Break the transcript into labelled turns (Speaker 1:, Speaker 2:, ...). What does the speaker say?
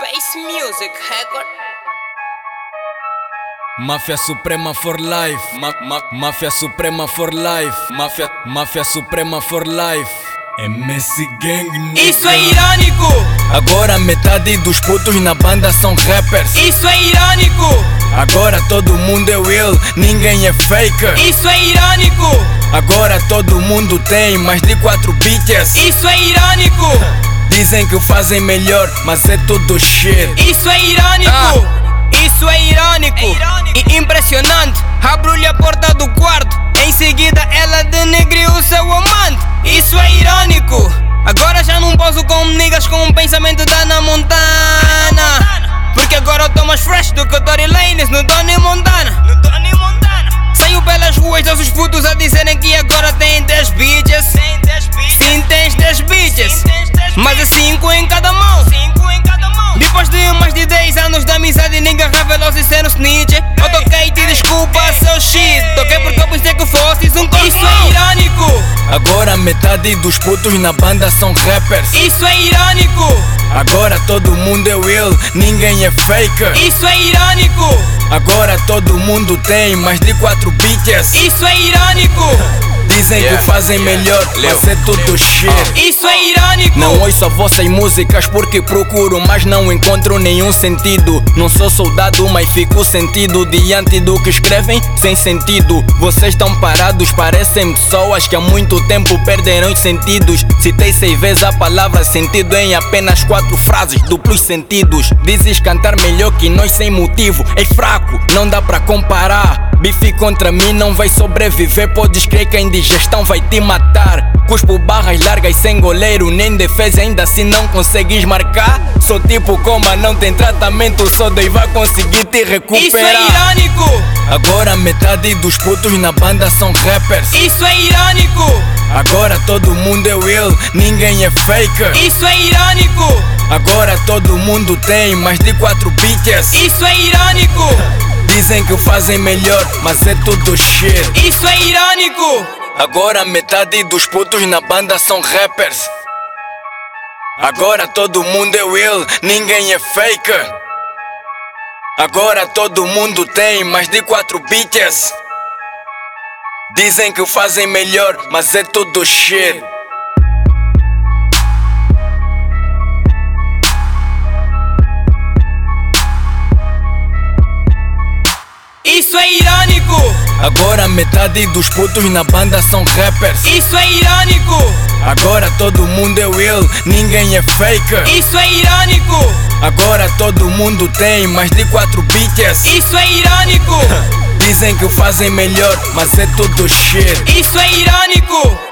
Speaker 1: Face Music Record.
Speaker 2: Máfia Suprema for life. Ma ma máfia Suprema for life. Máfia, máfia Suprema for life. MC Gang. nigga.
Speaker 1: Isso é irônico!
Speaker 2: Agora metade dos putos na banda são rappers.
Speaker 1: Isso é irônico!
Speaker 2: Agora todo mundo é Will, ninguém é faker.
Speaker 1: Isso é irônico!
Speaker 2: Agora todo mundo tem mais de quatro bitches.
Speaker 1: Isso é irônico!
Speaker 2: Dizem que fazem melhor, mas é tudo shit.
Speaker 1: Isso é irônico! Isso é irônico! E impressionante! Abro-lhe a porta do quarto, em seguida ela denegriu o seu amante! Isso é irônico! Agora já não posso com niggas com o pensamento da Ana Montana! Porque agora eu tô mais fresh do que Tory Lanez no Tony Montana! No Tony Montana! Saio pelas ruas dos putos a dizerem que agora tem 10 bitches! Sim, tens 10 bitches! Mas é 5 em cada mão! Depois de mais de 10 anos de amizade, ninguém revelou se ser um snitch. Eu toquei, te desculpa, seu shit. Toquei porque eu pensei que fosses um cosmão. Isso é irônico,
Speaker 2: Agora metade dos putos na banda são rappers.
Speaker 1: isso é irônico,
Speaker 2: Agora todo mundo é Will, ninguém é faker.
Speaker 1: isso é irônico,
Speaker 2: Agora todo mundo tem mais de quatro bitches.
Speaker 1: isso é irônico,
Speaker 2: Dizem que fazem melhor, mas é tudo shit.
Speaker 1: isso é irônico.
Speaker 2: Não ouço a vossas músicas porque procuro, mas não encontro nenhum sentido. Não sou soldado, mas fico sentido diante do que escrevem sem sentido. Vocês estão parados, parecem pessoas que há muito tempo perderam os sentidos. Citei seis vezes a palavra sentido em apenas quatro frases, duplos sentidos. Dizes cantar melhor que nós sem motivo. É fraco, não dá pra comparar. Bife contra mim não vai sobreviver, podes crer que a indigestão vai te matar. Cuspo barras largas sem goleiro, nem defesa, ainda assim não conseguis marcar. Sou tipo coma, não tem tratamento, só Deus vai conseguir te
Speaker 1: Isso é
Speaker 2: recuperar.
Speaker 1: irônico,
Speaker 2: Agora metade dos putos na banda são rappers.
Speaker 1: isso é irônico,
Speaker 2: Agora todo mundo é Will, ninguém é faker.
Speaker 1: isso é irônico,
Speaker 2: Agora todo mundo tem mais de quatro bitches.
Speaker 1: isso é irônico,
Speaker 2: Dizem que fazem melhor, mas é tudo shit.
Speaker 1: isso é irônico.
Speaker 2: Agora metade dos putos na banda são rappers. Agora todo mundo é Will, ninguém é faker. Agora todo mundo tem mais de quatro bitches. Dizem que fazem melhor, mas é tudo shit.
Speaker 1: Isso é irônico,
Speaker 2: Agora metade dos putos na banda são rappers.
Speaker 1: isso é irônico,
Speaker 2: Agora todo mundo é Will, ninguém é faker.
Speaker 1: isso é irônico,
Speaker 2: Agora todo mundo tem mais de quatro bitches.
Speaker 1: isso é irônico,
Speaker 2: Dizem que fazem melhor, mas é tudo shit.
Speaker 1: isso é irônico.